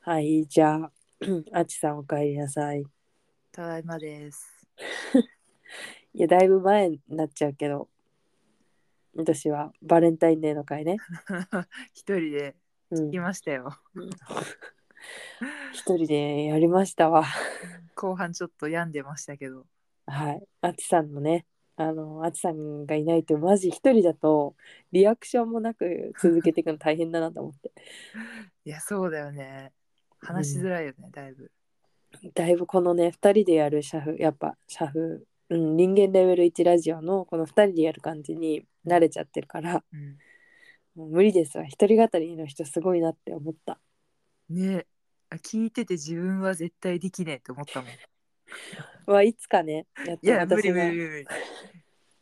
はい、じゃあ、 あちさんお帰りなさい。ただいまです。 いや、だいぶ前になっちゃうけど、私はバレンタインデーの会ね。一人でうん来、ましたよ。一人でやりましたわ。後半ちょっと病んでましたけど。はい、あちさんのね、あの、あちさんがいないと、マジ一人だと、リアクションもなく続けていくの大変だなと思って。 いや、そうだよね。話しづらいよね、だいぶ。だいぶこのね、二人でやるシャフ、やっぱシャフ、うん、人間レベル1ラジオのこの二人でやる感じに慣れちゃってるから、うん、もう無理ですわ。一人語りの人すごいなって思った。ねあ聞いてて自分は絶対できねえって思ったもん。いわいつかねやってや、無私理が無理無理無理。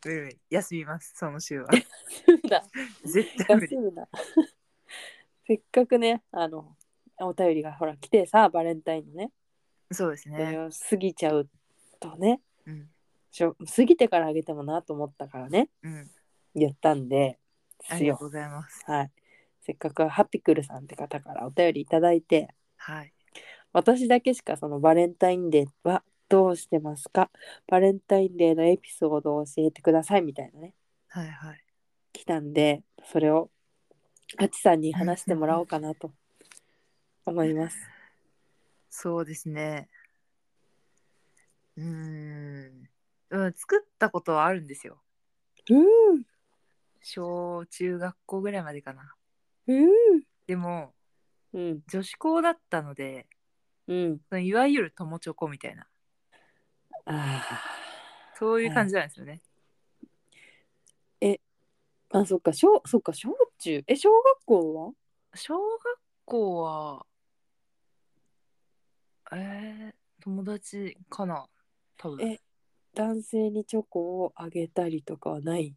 無理無理休みます、その週は。休 むな 絶対無休理。むな せっかくねあのお便りがほら来てさバレンタインのねそうですそれね。を過ぎちゃうとねうん。しょ過ぎてからあげてもなと思ったからねうん。やったんであすりがよとうございます。はいせっかくハピクルさんって方からお便りいただいてはい。私だけしかそのバレンタインデーはどうしてますかバレンタインデーのエピソードを教えてくださいみたいなねはいはい。来たんでそれをあちさんに話してもらおうかなと思います。そうですね。うーん。うん、作ったことはあるんですよ。うん小中学校ぐらいまでかなうんでもうん女子校だったのでうんそのいわゆる友チョコみたいなあそういう感じなんですよね、ーあそっか小そっか小中え小学校は小学校はえー、友達かな多分え男性にチョコをあげたりとかはない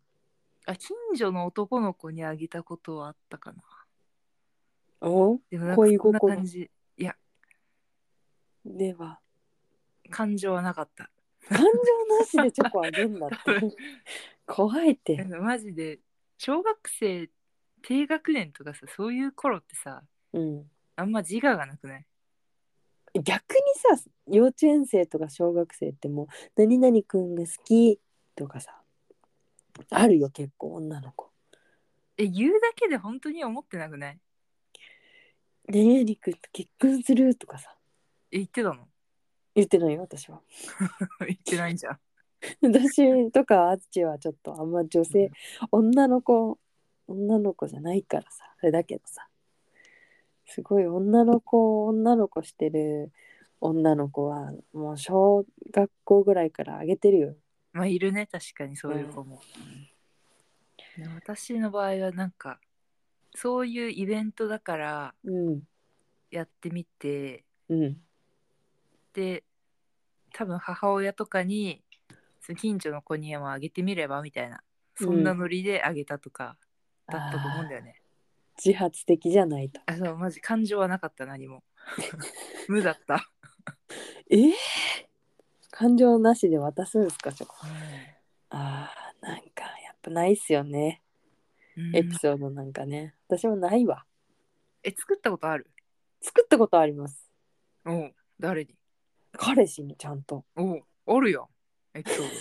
あ近所の男の子にあげたことはあったかなおでもなん恋かそん心な感じいやでは感情はなかった感情なしでチョコあげん だって怖いっな てんかマジで小学生低学年とかさそういう頃ってさうんあんま自我がなくない逆にさ幼稚園生とか小学生ってもう「何々くんが好き」とかさあるよ結構女の子え言うだけで本当に思ってなくない「何々くんと結婚する」とかさえ言ってたの 言ってないよ私は 言ってないじゃん私とかあっちはちょっとあんま女性女の子女の子じゃないからさあれだけどさすごい女の子女の子してる女の子はもう小学校ぐらいからあげてるよまあいるね確かにそういう子も、で私の場合はなんかそういうイベントだからうんやってみてうんで多分母親とかにその近所の子にもあげてみればみたいなそんなノリであげたとかだったと思うんだよね、自発的じゃないと。あそうマジ感情はなかった何 も無だった、えー、感情なしで渡すんですかチョコあーなんかやっぱないっすよねうんエピソードなんかね、私もないわえ作ったことある作ったことありますおう誰に彼氏にちゃんとおうおるよエピソード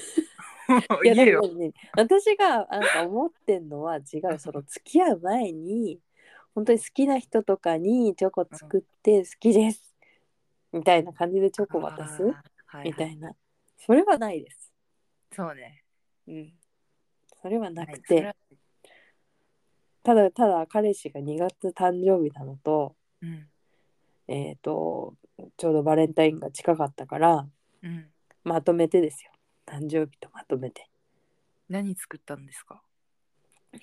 いや言えでもよね私がなんか思ってんのは違うその付き合う前に本当に好きな人とかにチョコ作って好きですみたいな感じでチョコ渡すあーはいみたいなそれはないですそうねうんそれはなはくいて、それはただただ彼氏が2月誕生日なのと,、うんえー、とちょうどバレンタインが近かったからうんまとめてですよ誕生日とまとめて何作ったんですか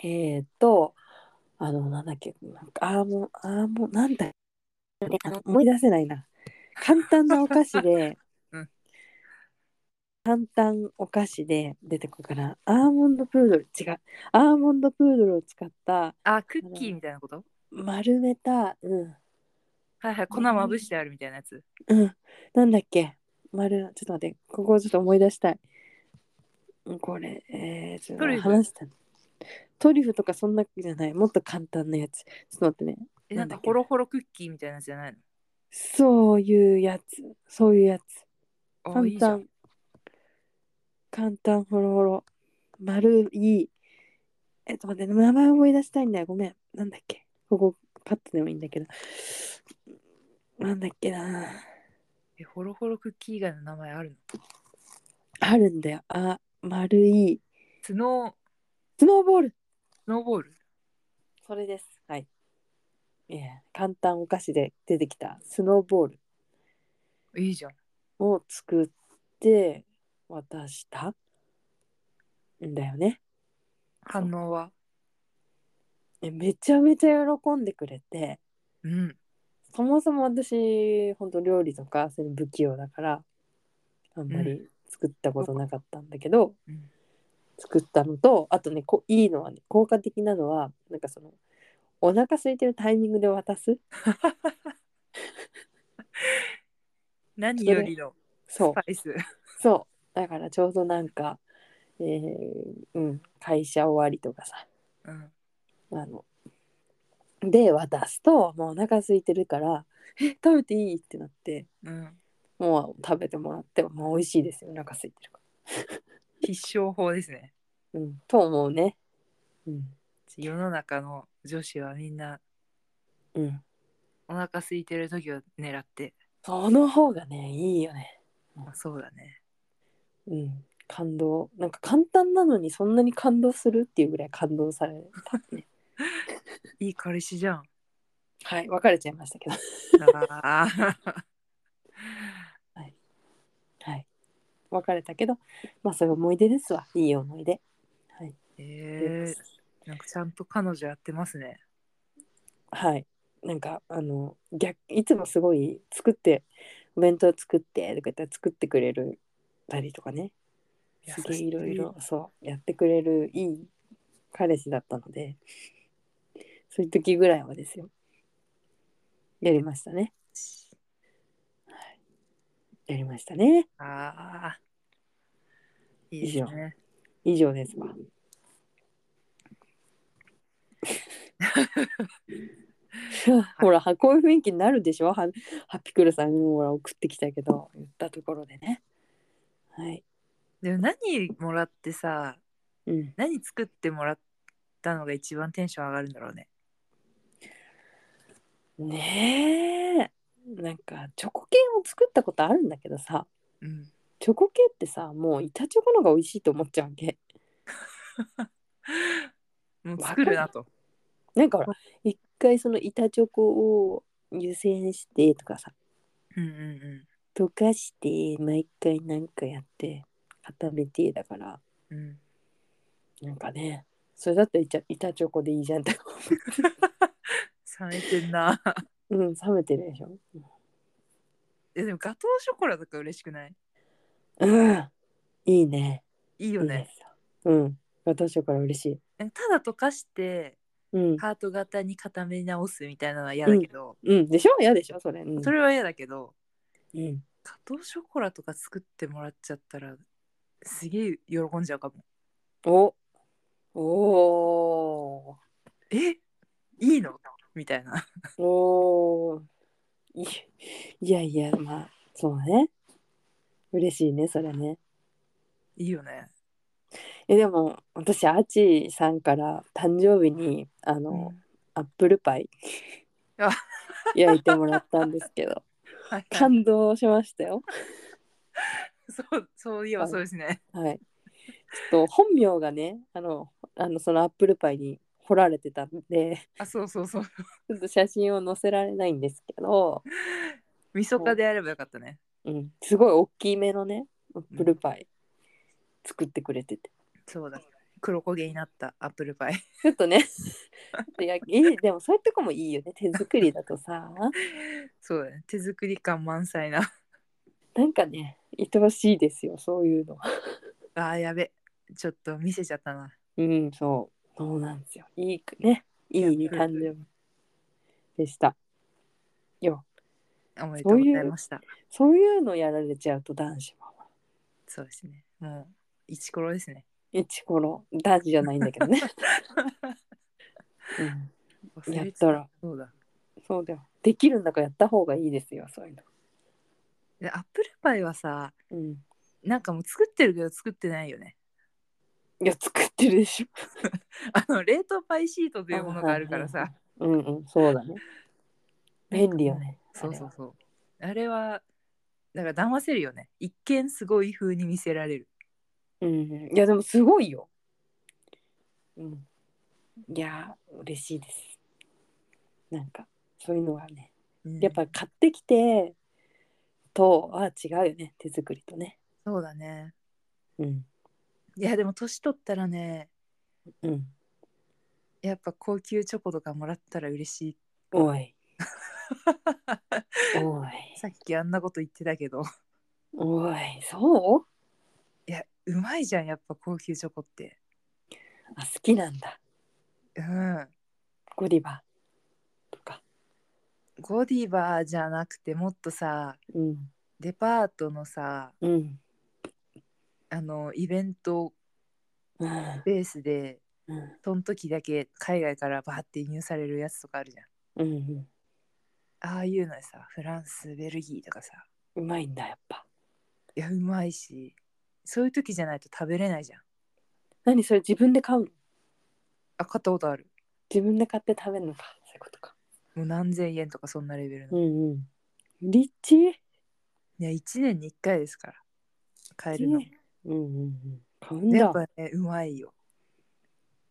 えっ、とあのなんだっけなんかアーモンアーモンなんだっけあの思い出せないな簡単なお菓子で、うん簡単お菓子で出てくるからアーモンドプードル違うアーモンドプードルを使ったあクッキーみたいなこと丸めたうんはいはい粉まぶしてあるみたいなやつうん、なんだっけ丸ちょっと待ってここをちょっと思い出したいうんこれえー、ちょっトリュとフ話したのトリュフとかそんなじゃないもっと簡単なやつちょっと待ってねえななんんだっかけホロホロクッキーみたいなやつじゃないのそういうやつそういうやつあ簡いいじゃ単ん簡単ほろほろ丸いいえっと待って名前思い出したいんだよごめんなんだっけここパッとでもいいんだけどなんだっけなえホロホロクッキー以外の名前あるのあるんだよあ丸いスノースノーボールスノーボールそれですはいいや簡単お菓子で出てきたスノーボールいいじゃんを作って渡したんだよね反応はえめちゃめちゃ喜んでくれてうんそもそも私本当料理とかそういうの不器用だからあんまうり作ったことなかったんだけど、うん作ったのとあとねこいいのはね効果的なのはなんかそのお腹空いてるタイミングで渡す何よりのそうスパイスそうだからちょうどなんか、えーうん、会社終わりとかさうんあので渡すともうお腹空いてるから「え食べていい?」ってなってうんもう食べてもらってもう美味しいですよお腹空いてるから。必勝法ですねうん、と思うね。うん。世の中の女子はみんなうん。お腹空いてる時を狙って、その方がね、いいよね。まあ、そうだねうん。感動。なんか簡単なのにそんなに感動するっていうぐらい感動された、ね。いい彼氏 じゃんはい、別れちゃいましたけど。あーはい。別れたけど、まあそういう思い出ですわ。いい思い出。はい。 えー、なんかちゃんと彼女やってますねはい。なんかあの逆いつもすごい作ってお弁当作ってとか言ったら作ってくれるたりとかねすげえいろいろそうやってくれるいい彼氏だったのでそういう時ぐらいはですよやりましたねやりましたねああいいですね以上ですわほらこういう雰囲気になるでしょはハッピクルさんにもほら送ってきたけど言ったところでねはいでも何もらってさうん何作ってもらったのが一番テンション上がるんだろうねねえなんかチョコ系を作ったことあるんだけどさうんチョコ系ってさもう板チョコの方が美味しいと思っちゃうわけもう作るなとなんかほら一回その板チョコを湯煎してとかさうんうんうん溶かして毎回なんかやって固めてだからうん、なんかねそれだったら板板チョコでいいじゃんって冷めてんな うん冷めてるでしょえでもガトーショコラとか嬉しくないうんいいねいいいよいねですようん私から嬉しいなんかただ溶かしてうんハート型に固め直すみたいなのは嫌だけど、うんでしょ嫌でしょそれ、うん、それは嫌だけどうん加藤ショコラとか作ってもらっちゃったらすげえ喜んじゃうかもおおえいいのみたいな ーおーいいやいやまあそうね嬉しいねそれねいいよねえでも私アーチーさんから誕生日にあの、アップルパイあ 焼いてもらったんですけどはいはい感動しましたよそうそういえばそうですねはいちょっと本名がねあのあのそのアップルパイに彫られてたんであそうそうそうちょっと写真を載せられないんですけど、みそかでやればよかったねうん、すごい大きめのねアップルパイ作ってくれててそうだ黒焦げになったアップルパイ ちょっとね ちょっとやいいでもそういうとこもいいよね手作りだとさそうだね手作り感満載な なんかね、愛おしいですよ、そういうのは。あーやべちょっと見せちゃったなうん、そう。そうなんですよ。いいくね。いい誕生日でした。よ、おめでとうございましたそういうのやられちゃうと男子は。そうですねもう一コロですね一頃、男 子じゃないんだけどね。うん、忘やれってたたら、そうだそうだよ。できるんだからやった方がいいですよ、そういうの。でアップルパイはさうん。なんかもう作ってるけど作ってないよねい や、作ってるでしょ。あの冷凍パイシートというものがあるからさうんうん、そうだね。便利よね。そうそうそうあれはだから騙せるよね一見すごい風に見せられるうんうん。いや、でもすごいよ。うん。いやー、嬉しいです。なんか、そういうのはね、やっぱ買ってきてとは違うよね、手作りとね。そうだねうん。いやでも年取ったらねうん。やっぱ高級チョコとかもらったら嬉しいお い。おい。さっきあんなこと言ってたけど おい、そういやうまいじゃんやっぱ高級チョコってあ好きなんだ。うんゴディバとか。ゴディバじゃなくてもっとさうん。デパートのさうん。あのイベントうん。ベースでうん。その時だけ海外からバーって輸入されるやつとかあるじゃんうん。ああいうのさフランスベルギーとかさうまいんだ、やっぱ。いやうまいしそういう時じゃないと食べれないじゃん何それ自分で買うのあ買ったことある自分で買って食べるのか。そういうことか。もう何千円とかそんなレベルの、ういんうん。リッチや1年に1回ですから買えるのねうんうんうん。買うんでやっだ。ぱねうまいよ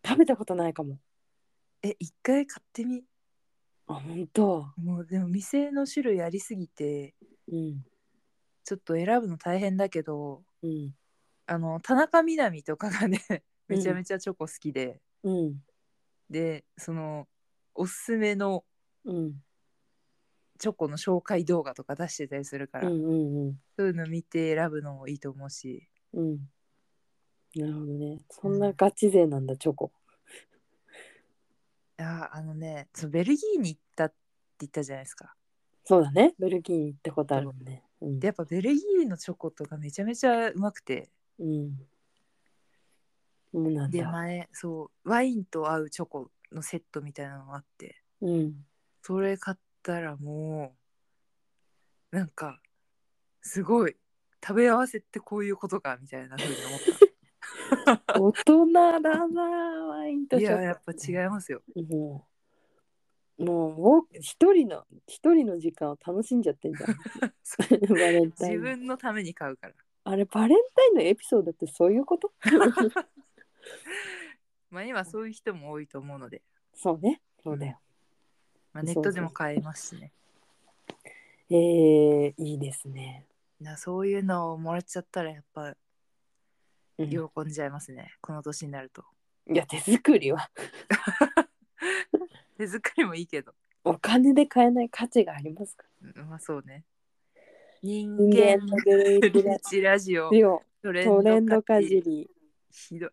食べたことないかも。え一回買ってみあ、本当。もうでも店の種類ありすぎてうん。ちょっと選ぶの大変だけどうん。あの田中みな実とかがねめちゃめちゃチョコ好きで、うん。でそのおすすめのうん。チョコの紹介動画とか出してたりするかうら、んうんうん。そういうの見て選ぶのもいいと思うしうん。なるほどね。そんなガチ勢なんだ、チョコ。ああのねそのベルギーに行ったって言ったじゃないですかそうだね。ベルギーに行ったことあるもんね。うんでやっぱベルギーのチョコとかめちゃめちゃうまくてうん。そうなんでだ。前そうワインと合うチョコのセットみたいなのがあってうん。それ買ったらもうなんかすごい食べ合わせってこういうことかみたいな風に思っ 大人だな、ワインたといチョコ。ややっぱ違いますよもう、もうもう、一人の、一人の時間を楽しんじゃってんじゃ ん。 バレンタイ自ンの。分のために買うからあれ、バレンタインのエピソードってそういうことまあ今そういう人も多いと思うので、そうね。そうだよ。まあ、ネットでも買えますしねえー、いいですね。なそういうのをもらっちゃったらやっぱうん喜んじゃいますね、この年になるといや、手作りは。手作りもいいけどお金で買えない価値がありますから。うんまあそうね人人間間のグループララジラジオジオ、トレトレンドかかじり。ひどい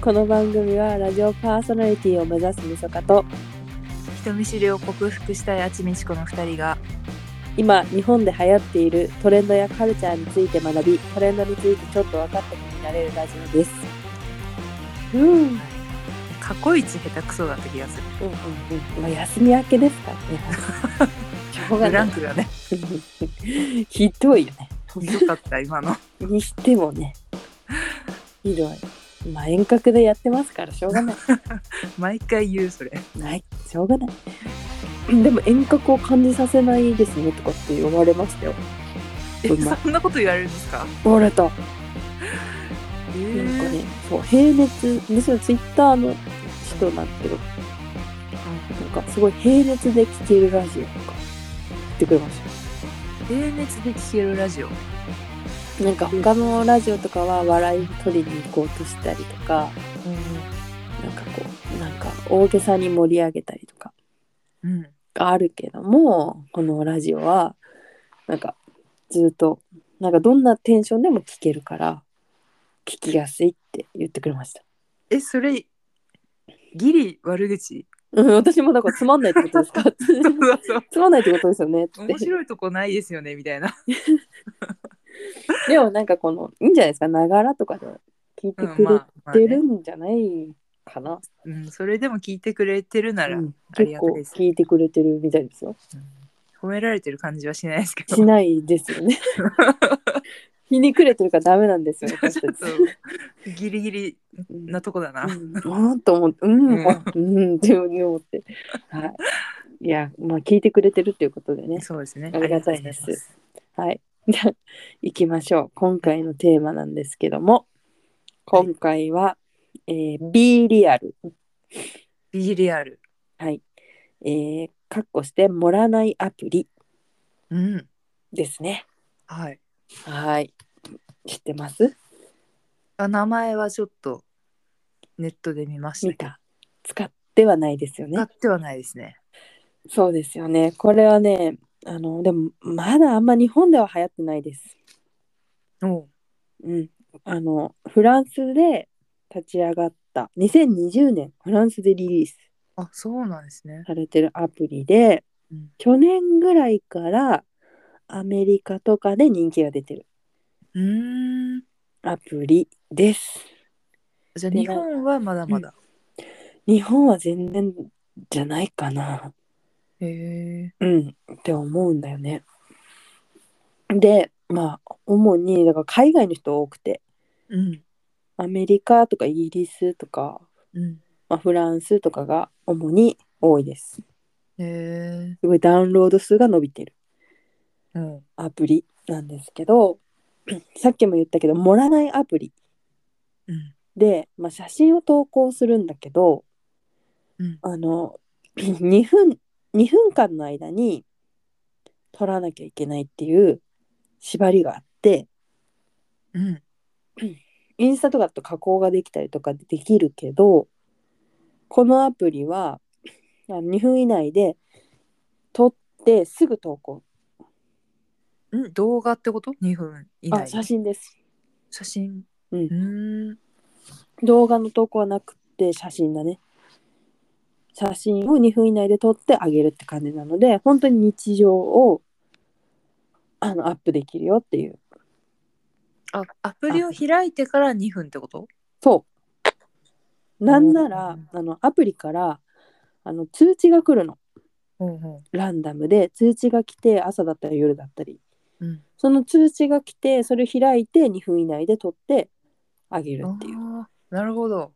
この番組はラジオパーソナリティを目指すみそかと人見知りを克服したいあちみちこの2人が今日本で流行っているトレンドやカルチャーについて学びトレンドについてちょっと分かった気になれるラジオですうんうんうんうん過去一下手くそだった気がするまあ休み明けですからねしょうブがなランいクがね ひどいよねひどかった今のにしてもねひどいまあ遠隔でやってますからしょうがない毎回言うそれないしょうがないでも遠隔を感じさせないですねとかって言われましたよえうまいそんなこと言われるんですか言われたえなんかね、そう平熱むしろツイッターの人なんだけどなんかすごい平熱で聴けるラジオとか言ってくれまし平熱で聴けるラジオたなんか他のラジオとかは笑い取りに行こうとしたりとかなんかこうなんか大げさに盛り上げたりとかうんがあるけどもこのラジオはなんかずっとなんかどんなテンションでも聞けるから聞きやすいって言ってくれました。えそれギリ悪口 うん、私もだからつまんないってことですかそうそうそうつまんないってことですよねって面白いとこないですよねみたいなでもなんかこのいいんじゃないですかながらとかで聞いてうんくれまあまあてねるんじゃないかな、うん、それでも聞いてくれてるなら、うんあり結が構たいです聞いてくれてるみたいですよ褒められてる感じはしないですけどしないですよ ねひねくれてるからダメなんですよ私ちたょっちとギリギリうんなとこだな、うん、うんと思って、うん、うんうん、って思って。はい。いや、まあ、聞いてくれてるということでね。そうですねありがたいですありがとうござますはい。 じゃあ、行きましょう。今回のテーマなんですけども。はい今回は、えー、B リアル。 B リアルはい。えー、かっこして、盛らないアプリうんですね。はいはい。知ってますあ名前はちょっとネットで見ました見けどた。使ってはないですよね使。ってはないですねそうですよね。これはね、あの、でも、まだあんま日本では流行ってないです。おううん、あのフランスで立ち上がった2020年フランスでリリースあそうなんですねされてるアプリでうん去年ぐらいからアメリカとかで人気が出てるうーんアプリですじゃあで日本はまだまだ、日本は全然じゃないかなへえうんって思うんだよねでまあ主にだから海外の人多くてうんアメリカとかイギリスとか、うんまあ、フランスとかが主に多いですへすごいダウンロード数が伸びてるえうんアプリなんですけどさっきも言ったけど盛らないアプリうんで、まあ、写真を投稿するんだけどうんあの 2分2分間の間に撮らなきゃいけないっていう縛りがあってうんインスタとかだと加工ができたりとかできるけどこのアプリはあの2分以内で撮ってすぐ投稿ん動画ってこと2分以あ内写真です写真うんうーん動画の投稿はなくて写真だね写真を2分以内で撮ってあげるって感じなので本当に日常をあのアップできるよっていうあアプリを開いてから2分ってことそうなんならうあのアプリからあの通知が来るのうんうランダムで通知が来て朝だったり夜だったりんうんその通知が来てそれを開いて2分以内で撮ってあげるあっていうあーなるほど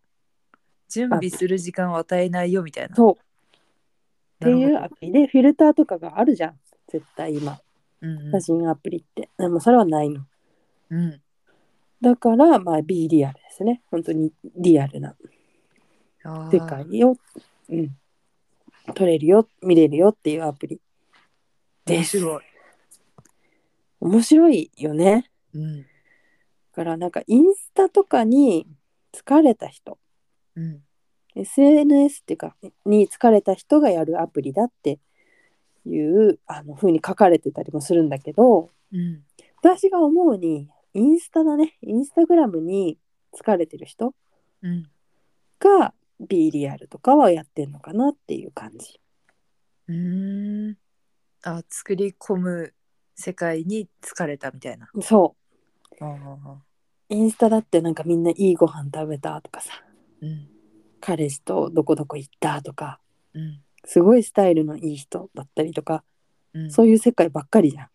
準備する時間を与えないよみたいなそうってないるうほアプリでフィルターとかがあるじゃん絶対今どうん写真アプリってでもそれはないのうんうんだから、まあ、B リアルですね。本当にリアルなあー世界を、うん、撮れるよ、見れるよっていうアプリで面す。白い、面白いよね。うんだから、なんかインスタとかに疲れた人、うん、 SNS っていうか、に疲れた人がやるアプリだっていうあの風に書かれてたりもするんだけど、うん、私が思うに、インスタだね。インスタグラムに疲れてる人うん、が B リアルとかはやってんのかなっていう感じ。うーん。あ、作り込む世界に疲れたみたいな。そああ、う。インスタだってなんかみんないいご飯食べたとかさ、うん、彼氏とどこどこ行ったとか、うん、すごいスタイルのいい人だったりとか、うん。そういう世界ばっかりじゃん。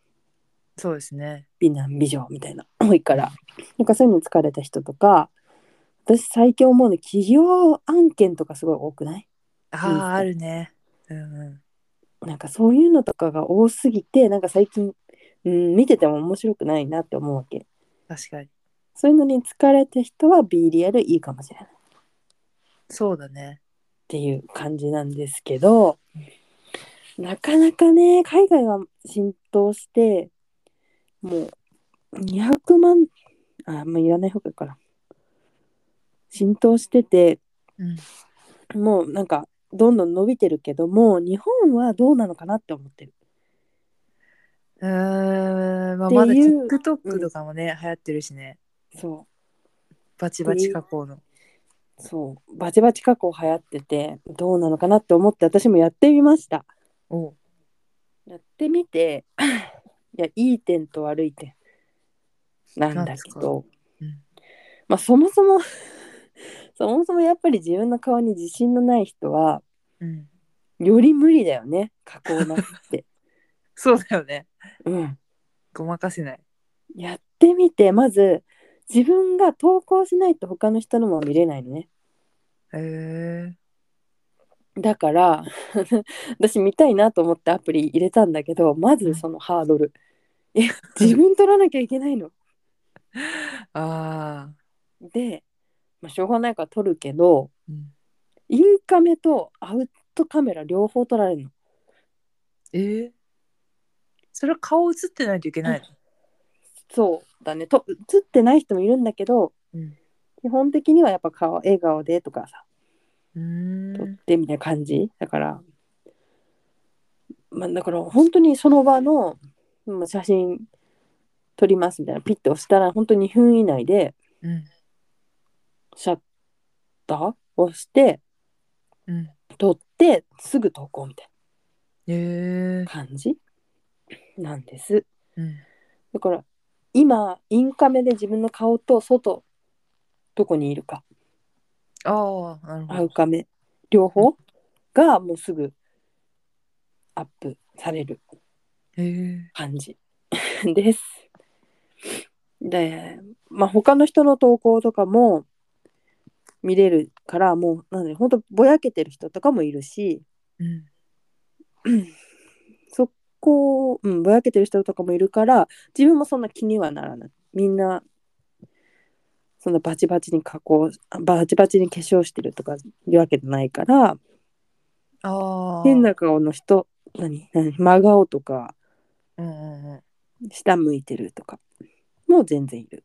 そうですね。美男美女みたいな。 多いから。なんかそういうの疲れた人とか、私最近思うの企業案件とかすごい多くないあうんあ、あるね。うん、うなんかそういうのとかが多すぎて、なんか最近、うん、見てても面白くないなって思うわけ。ん、確かに。そういうのに疲れた人は B リアルいいかもしれないっそうだね。ていう感じなんですけどなかなかね海外は浸透してもう200万あもう言わない方がいいかな浸透しててうん、もうなんかどんどん伸びてるけどもう日本はどうなのかなって思ってるうーん、まあ、っていうまだ TikTok とかもね、流行ってるしねそバチバチ加工のうそうバチバチ加工流行っててどうなのかなって思って私もやってみましたおうやってみて いやいい点と悪い点なんだけど、なんですまあそもそも そもそもやっぱり自分の顔に自信のない人はうん、より無理だよね加工なく って、そうだよねうん、ごまかせないやってみてまず自分が投稿しないと他の人のも見れないのねへえだから 私見たいなと思ってアプリ入れたんだけどまずそのハードルえ 自分撮らなきゃいけないのああ、で、まあ、しょうがないから撮るけどうん、インカメとアウトカメラ両方撮られるのえー、それは顔映ってないといけないのそうだねと映ってない人もいるんだけどうん基本的にはやっぱ顔笑顔でとかさう撮っーんてみたいな感じだからまあだから本当にその場のまあ写真撮りますみたいなピッて押したら本当に2分以内でうんシャッター押してうん撮ってすぐ投稿みたいへえな感じなんですうんだから今インカメで自分の顔と外どこにいるかああなるほアどウカメ両方がもうすぐアップされるへえ感じ です。で、まあ、他の人の投稿とかも見れるからもうなんで本当ぼやけてる人とかもいるしうんそこを、うん、ぼやけてる人とかもいるから自分もそんな気にはならないみんなそんなバチバチに加工バチバチに化粧してるとかいうわけじゃないからああ変な顔の人何何真顔とかうんうんうん下向いてるとかもう全然いる。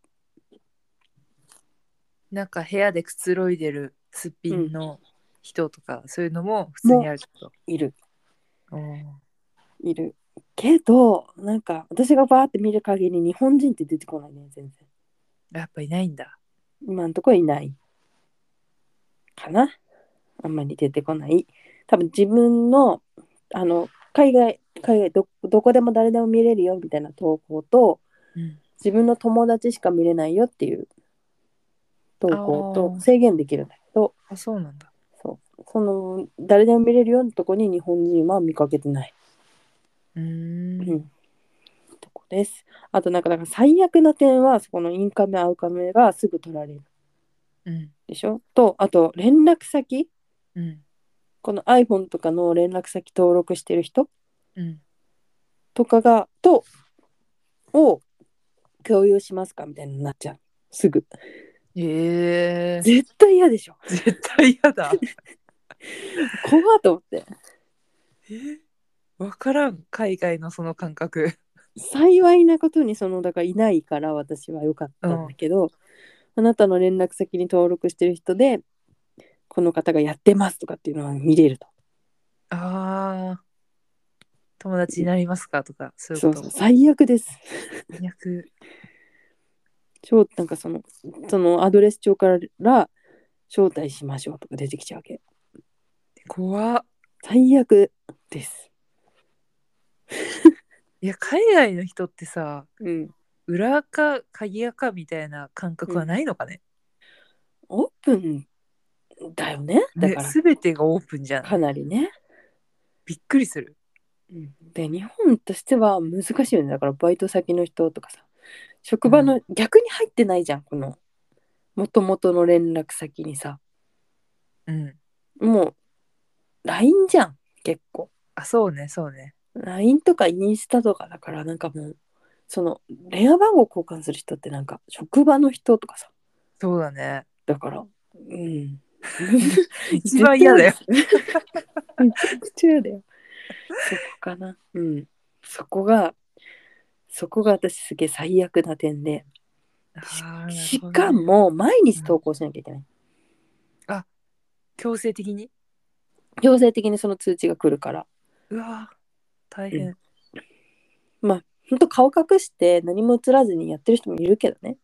なんか部屋でくつろいでるすっぴんの人とか、そういうのも普通にあるってこといるうんいるけどなんか私がバーって見る限り日本人って出てこないね全然やっぱいないんだ今んとこいないかなあんまり出てこない多分自分のあの海外海外どどこでも誰でも見れるよみたいな投稿とうん自分の友達しか見れないよっていう投稿あとー制限できるんだけどあそうなんだそうその誰でも見れるようなとこに日本人は見かけてないうーんうん、とこです。あとなんかだから最悪な点はそこのインカメアウカメがすぐ取られるうんでしょとあと連絡先うんこの iPhone とかの連絡先登録してる人うんとかがとを共有しますかみたいになっちゃうすぐええ絶対嫌でしょ 絶対嫌だ怖っと思ってえ分からん海外のその感覚幸いなことにそのだからいないから私は良かったんだけど、あなたの連絡先に登録してる人でこの方がやってますとかっていうのは見れるとああ友達になりますかとかそういうそこうとそう最悪です最悪招なんかそのそのアドレス帳から招待しましょうとか出てきちゃうわけ怖っ最悪ですいや海外の人ってさうん裏か鍵やかみたいな感覚はないのかね、オープンだよねだねから全てがオープンじゃんかなりね、びっくりするうんで日本としては難しいよねだからバイト先の人とかさ職場の、逆に入ってないじゃんこのもともとの連絡先にさうんもう LINE じゃん結構あそうねそうね LINE とかインスタとかだからなんかもうその電話番号交換する人ってなんか職場の人とかさそうだ ねだからうん 一番嫌だよ絶 対めちゃくちゃ嫌だよそこかなうんそこがそこが私すげえ最悪な点であーしなるかほどねも毎日投稿しなきゃいけない強制的に強制的にその通知が来るからうわー大変、まあほんと顔隠して何も映らずにやってる人もいるけどね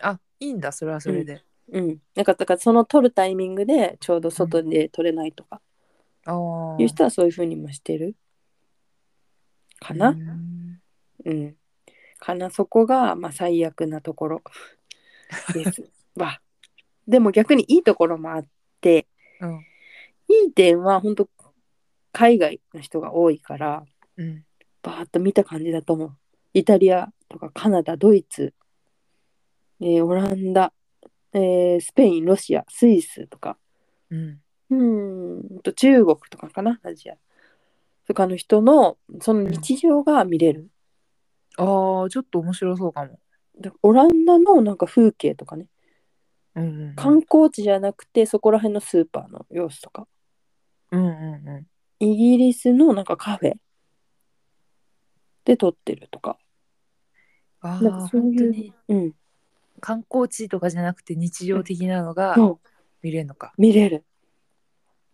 あいいんだそれはそれで、うんなんかだからその撮るタイミングでちょうど外で撮れないとかああいう人はそういうふうにもしてるかうなんうんかなそこがまあ最悪なところですわ でも逆にいいところもあってうんいい点は本当海外の人が多いからうんバーッと見た感じだと思う。イタリアとかカナダ、ドイツ、えーオランダ、えースペイン、ロシア、スイスとか、うんうーんと中国とかかな、アジア。とかの人のその日常が見れる。ああちょっと面白そうかもだオランダのなんか風景とかね、うんうんうん観光地じゃなくてそこら辺のスーパーの様子とか、うんうんうんイギリスのなんかカフェで撮ってるとか、あなんあかそう本いう当にうん、観光地とかじゃなくて日常的なのがそう見れるのか、見れる。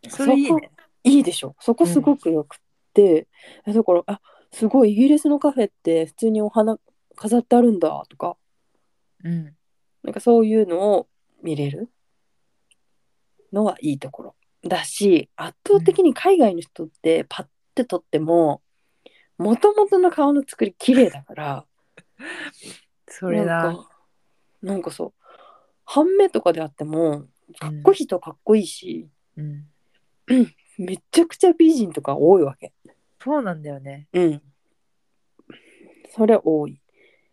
それいいそこねいいでしょそこすごくよくって、えだからあすごいイギリスのカフェって普通にお花飾ってあるんだとかうんなんかそういうのを見れるのはいいところだし圧倒的に海外の人ってパッて撮ってももともとの顔の作り綺麗だからそれなんだかなんかそう半目とかであってもかっこいい人はかっこいいし、うんめちゃくちゃ美人とか多いわけ。そうなんだよねうん。それ多い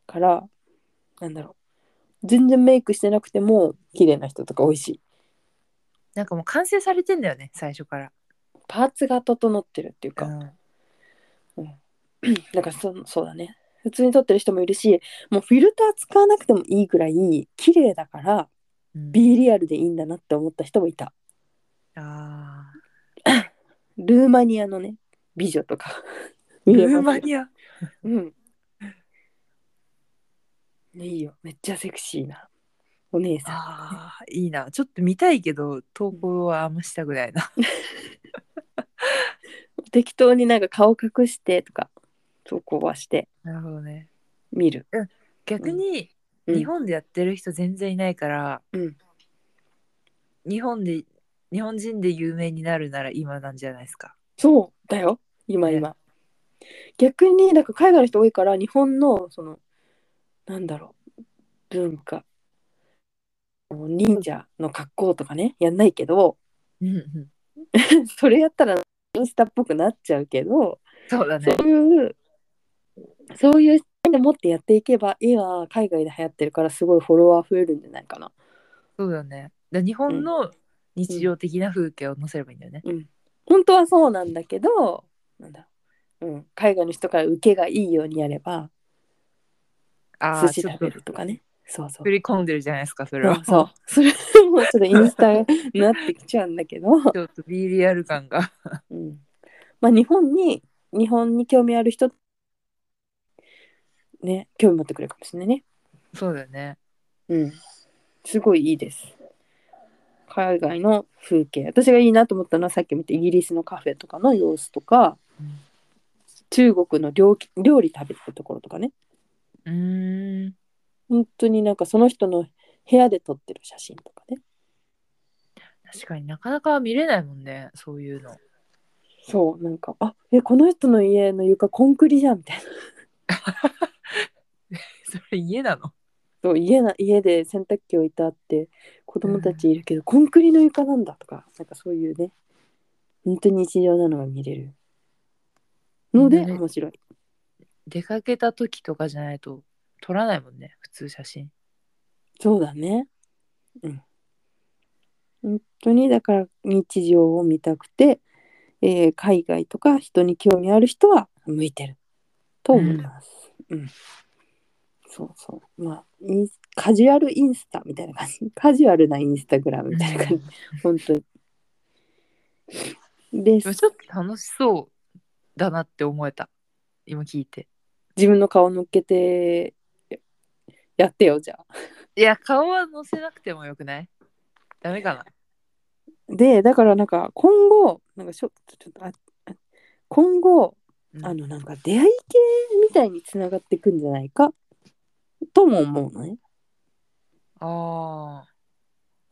から、なんだろう。全然メイクしてなくても、綺麗な人とか多いし、なんかもう完成されてんだよね最初から、パーツが整ってるっていうか、ん、なんかそそうだね。普通に撮ってる人もいるし、もうフィルター使わなくてもいいぐらい、綺麗だから、うん B リアルでいいんだなって思った人もいた。あルーマニアのね、美女 とかー見れルますよ。ーマニアうん。ねいいよ。めっちゃセクシーな。お姉さん。あーいいなちょっと見たいけど投稿はあんましたぐらいな適当になんか顔隠してとか投稿はしてなるほどね見る、逆に、うん日本でやってる人全然いないから、うん日本で日本人で有名になるなら今なんじゃないですかそうだよ今今、逆になんか海外の人多いから日本のそのなんだろう文化忍者の格好とかねやんないけど うんうんそれやったらインスタっぽくなっちゃうけど、そうだねそういうそういう視点で持ってやっていけば絵は海外で流行ってるからすごいフォロワー増えるんじゃないかなそうだねだ日本の日常的な風景を載せればいいんだよね、本当はそうなんだけどなんだろう、うん、海外の人から受けがいいようにやればあ寿あ司ちょっ食べとるとかねそうそう振り込んでるじゃないですかそれそはうそうそれもちょっとインスタになってきちゃうんだけど、 ちょっと B リアル感がうん、まあ日本に日本に興味ある人ね興味持ってくれるかもしれないねそうだよねうんすごいいいです海外の風景私がいいなと思ったのはさっき見たイギリスのカフェとかの様子とか、うん中国の料理料理食べてるところとかねうーん本当になんかその人の部屋で撮ってる写真とかね確かになかなか見れないもんねそういうのそうなんかあえこの人の家の床コンクリじゃんみたいな それ家なのそう家な家で洗濯機置いてあって子供たちいるけど、コンクリの床なんだとかなんかそういうね本当に日常なのが見れるので、ね面白い出かけた時とかじゃないと撮らないもんね普通写真そうだねうん本当にだから日常を見たくて、えー海外とか人に興味ある人は向いてると思います、うんそうそうまあインスカジュアルインスタみたいな感じ カジュアルなインスタグラムみたいな感じ、本当にででもちょっと楽しそうだなって思えた今聞いて自分の顔乗っけてやってよじゃあいや顔は載せなくてもよくないダメかなでだからなんか今後なんかしょちょっとああ今後うんあのなんか出会い系みたいにつながってくんじゃないかとも思うのねあ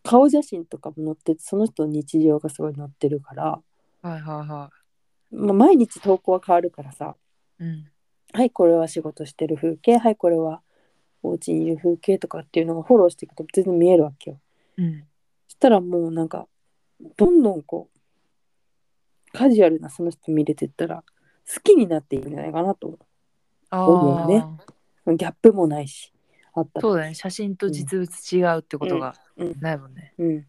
顔写真とかも載っててその人の日常がすごい載ってるから、あはいはいはまあ、毎日投稿は変わるからさいうんはいこれは仕事してる風景はいこれはお家にいる風景とかっていうのがフォローしていくと全然見えるわけようんそしたらもうなんかどんどんこうカジュアルなその人見れてったら好きになっていくんじゃないかなと思あ思あ、うねうギャップもないしあったらそうだね写真と実物違うってことがうんないもんね、うん、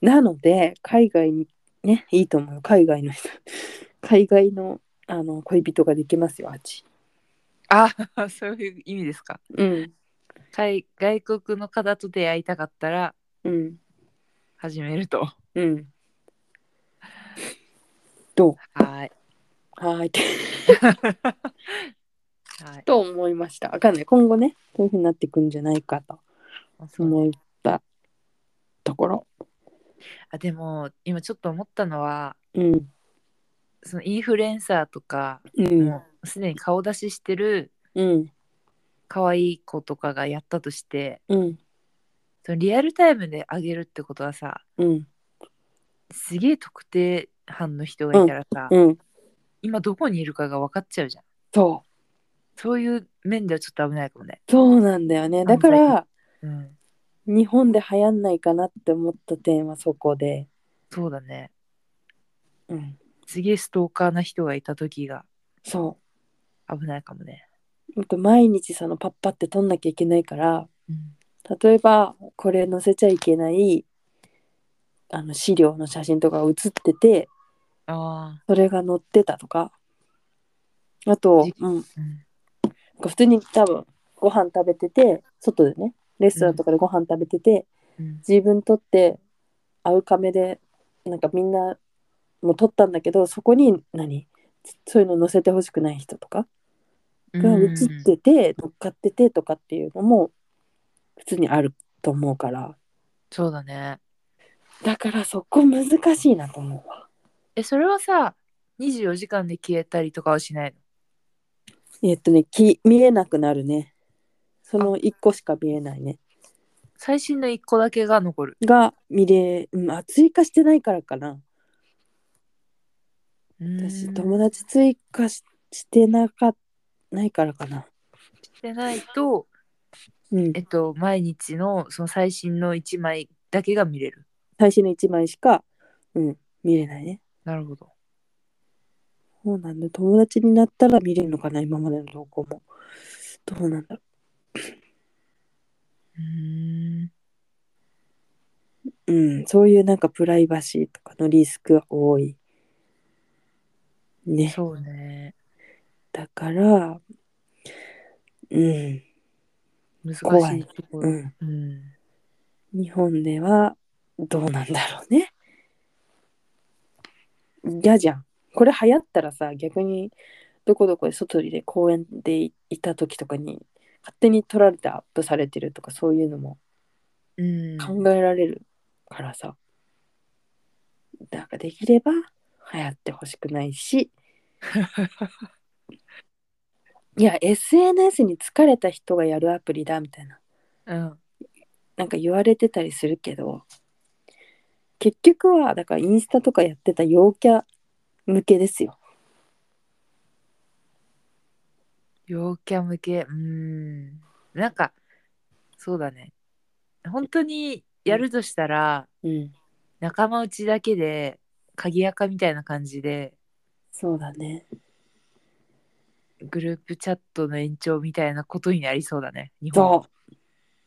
なので海外にねいいと思うよ海外の人 海外のあの恋人ができますよあっち、あ あそういう意味ですかうん海外国の方と出会いたかったらうん始めるとはうんどうー いはーいはいと思いましたわかんない今後ねこういうふうになっていくんじゃないかとあそう思ったところあでも今ちょっと思ったのはうんそのインフルエンサーとか、うんもうすでに顔出ししてるうん可愛い子とかがやったとしてうんそのリアルタイムで上げるってことはさうんすげえ特定班の人がいたらさ、うん今どこにいるかが分かっちゃうじゃんそそういう面ではちょっと危ないかもね、うそうなんだよねだからうん、日本で流行んないかなって思った点はそこでそうだねうんすげえストーカーな人がいた時がそう危ないかもね、あと毎日そのパッパって撮んなきゃいけないからうん、例えばこれ載せちゃいけないあの資料の写真とかが写っててあそれが載ってたとかあとじ、うん、あ、うん、普通に多分ご飯食べてて外でねレストランとかでご飯食べてて、うん自分撮ってアウカメでなんかみんなも撮ったんだけどそこに何そういうの載せてほしくない人とかが映ってて乗っかっててとかっていうのも普通にあると思うからそうだねだからそこ難しいなと思うわえそれはさ24時間で消えたりとかはしないのえっとねき見えなくなるねその1個しか見えないね最新の1個だけが残るが見れ、うん、あ追加してないからかな私うん友達追加ししてなかないからかなしてないとうんえっと毎日のその最新の1枚だけが見れる最新の1枚しか、うん、見れないねなるほどそうなんだ友達になったら見れるのかな今までの投稿もどうなんだろううんうん、そういうなんかプライバシーとかのリスクが多い。ね。そうねだから、うん、難し怖いいとこうろん。うん日本ではどうなんだろうね。嫌じゃん。これ流行ったらさ、逆にどこどこで外で公園でいた時とかに勝手に撮られてアップされてるとかそういうのもうん考えられるからさ、なんかできれば流行ってほしくない しいや SNS に疲れた人がやるアプリだみたいなうんなんか言われてたりするけど結局はだからインスタとかやってた陽キャ向けですよ陽キャ向けうんなんかそうだね本当にやるとしたらうん仲間内だけで鍵垢みたいな感じでそうだねグループチャットの延長みたいなことになりそうだね日本は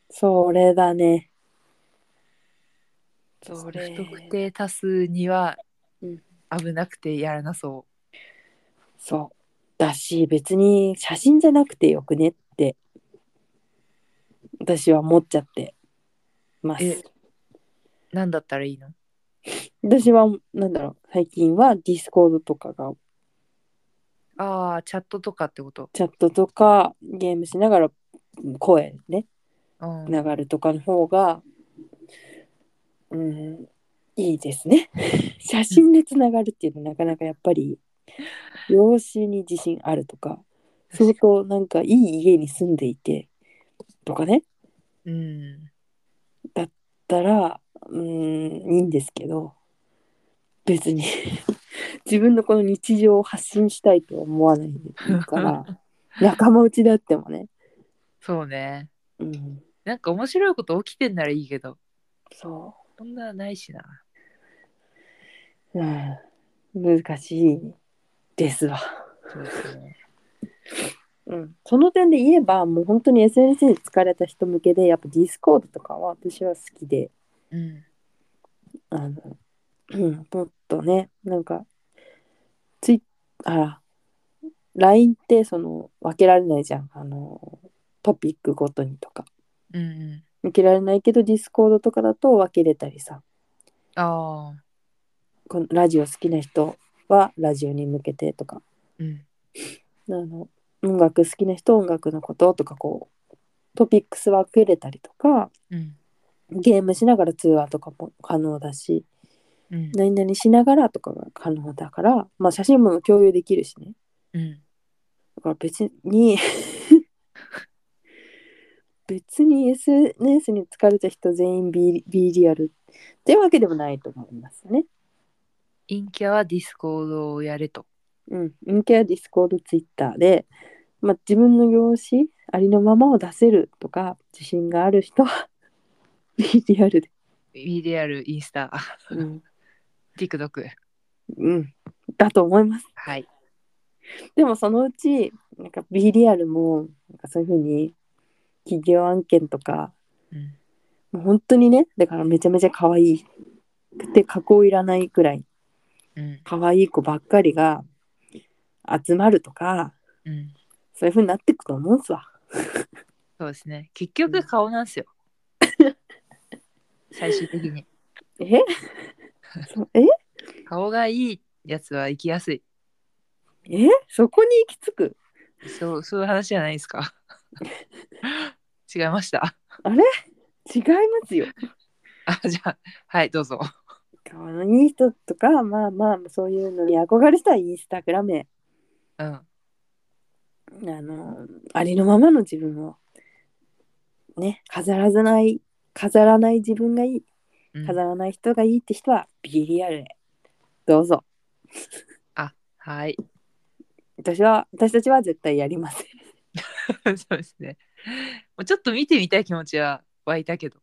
そうそれだねそ不れ特定多数にはうん危なくてやらなそそうだし別に写真じゃなくてよくねって私は思っちゃってまえすうなんだったらいいの私はなんだろう最近はディスコードとかがああチャットとかってことチャットとかゲームしながら声ねうん流るとかの方が うんいいですね写真でつながるっていうのはなかなかやっぱり養子に自信あるとか相当なんかいい家に住んでいてとかねうん。だったらうーんいいんですけど別に 自分のこの日常を発信したいとは思わないから 仲間内であってもね、そうね。うん、なんか面白いこと起きてんならいいけど、そそんなないしな。う、うん、難しいですわ。そうですね。うん、その点で言えばもう本当に SNS に疲れた人向けでやっぱディスコードとかは私は好きでうん。あの、うん、もっとねなんかツイあ LINE ってその分けられないじゃんあのトピックごとにとかうんうん。分けられないけどディスコードとかだと分けれたりさああ。このラジオ好きな人はラジオに向けてとかうん。あの音楽好きな人は音楽のこととかこうトピックス分けれたりとかうん。ゲームしながら通話とかも可能だしうん。何々しながらとかが可能だから、まあ、写真も共有できるしねうん。だから別に 別に SNS に疲れた人全員 B, B リアルってわけでもないと思いますね。陰キャはディスコードをやれと。うん。インケアディスコードツイッターで、まあ、自分の容姿ありのままを出せるとか自信がある人は B リアルで。 VDR、インスタ、 うん。 TikTok。うん、だと思います。はい。でもそのうちなんか B リアルもなんかそういうふうに企業案件とかうん。もう本当にねだからめちゃめちゃ可愛いで加工いらないくらいうん。可愛い子ばっかりが集まるとかうん。そういう風になっていくと思うんすわそうですね。結局顔なんですよ。 最終的に。えそえ顔がいいやつは生きやすい。えそこに行き着くそう、そういう話じゃないですか。違いました。 違いますよあ、じゃあ、はい、どうぞ。可愛い人とかまあまあそういうのに憧れる人はインスタグラムへうん。あのありのままの自分をね飾らずない飾らない自分がいいうん飾らない人がいいって人は B リアルへどうぞはい。 私は私たちは絶対やりません。 そうですね。もうちょっと見てみたい気持ちは湧いたけど。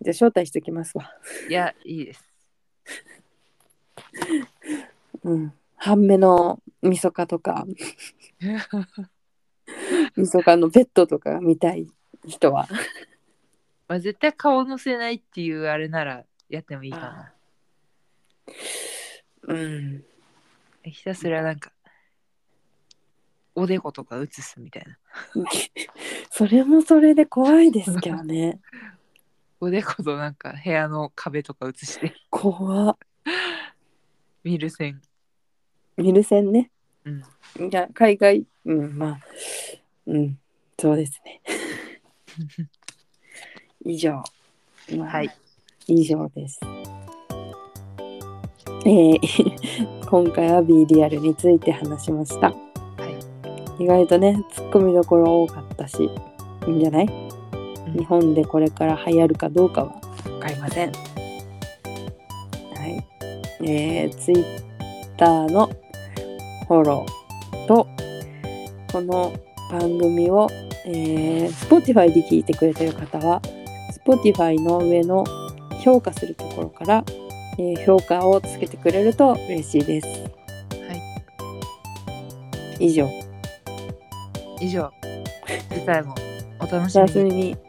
じゃあ招待してきますわ。いや、いいです。 うん。半目のみそかとか、みそかのベッドとかが見たい人は。まあ、絶対顔のせないっていうあれならやってもいいかな。うん。ひたすらなんか、おでことか映すみたいな。 それもそれで怖いですけどね。おでことなんか部屋の壁とか映して、 怖っ。見る線。見る線ね。うん。いや、海外、うん、まあ、うん、そうです ね。以上。まあはい。以上です。えー 今回は B リアルについて話しました。はい。意外とね、ツッコミどころ多かったし、いいんじゃない日本でこれから流行るかどうかは分かりません。はい。えー、Twitter のフォローと、この番組を、えー、Spotify で聞いてくれてる方は、Spotify の上の評価するところから、えー評価をつけてくれると嬉しいです。以上、以上、次回もお楽おしみ楽しに。みに。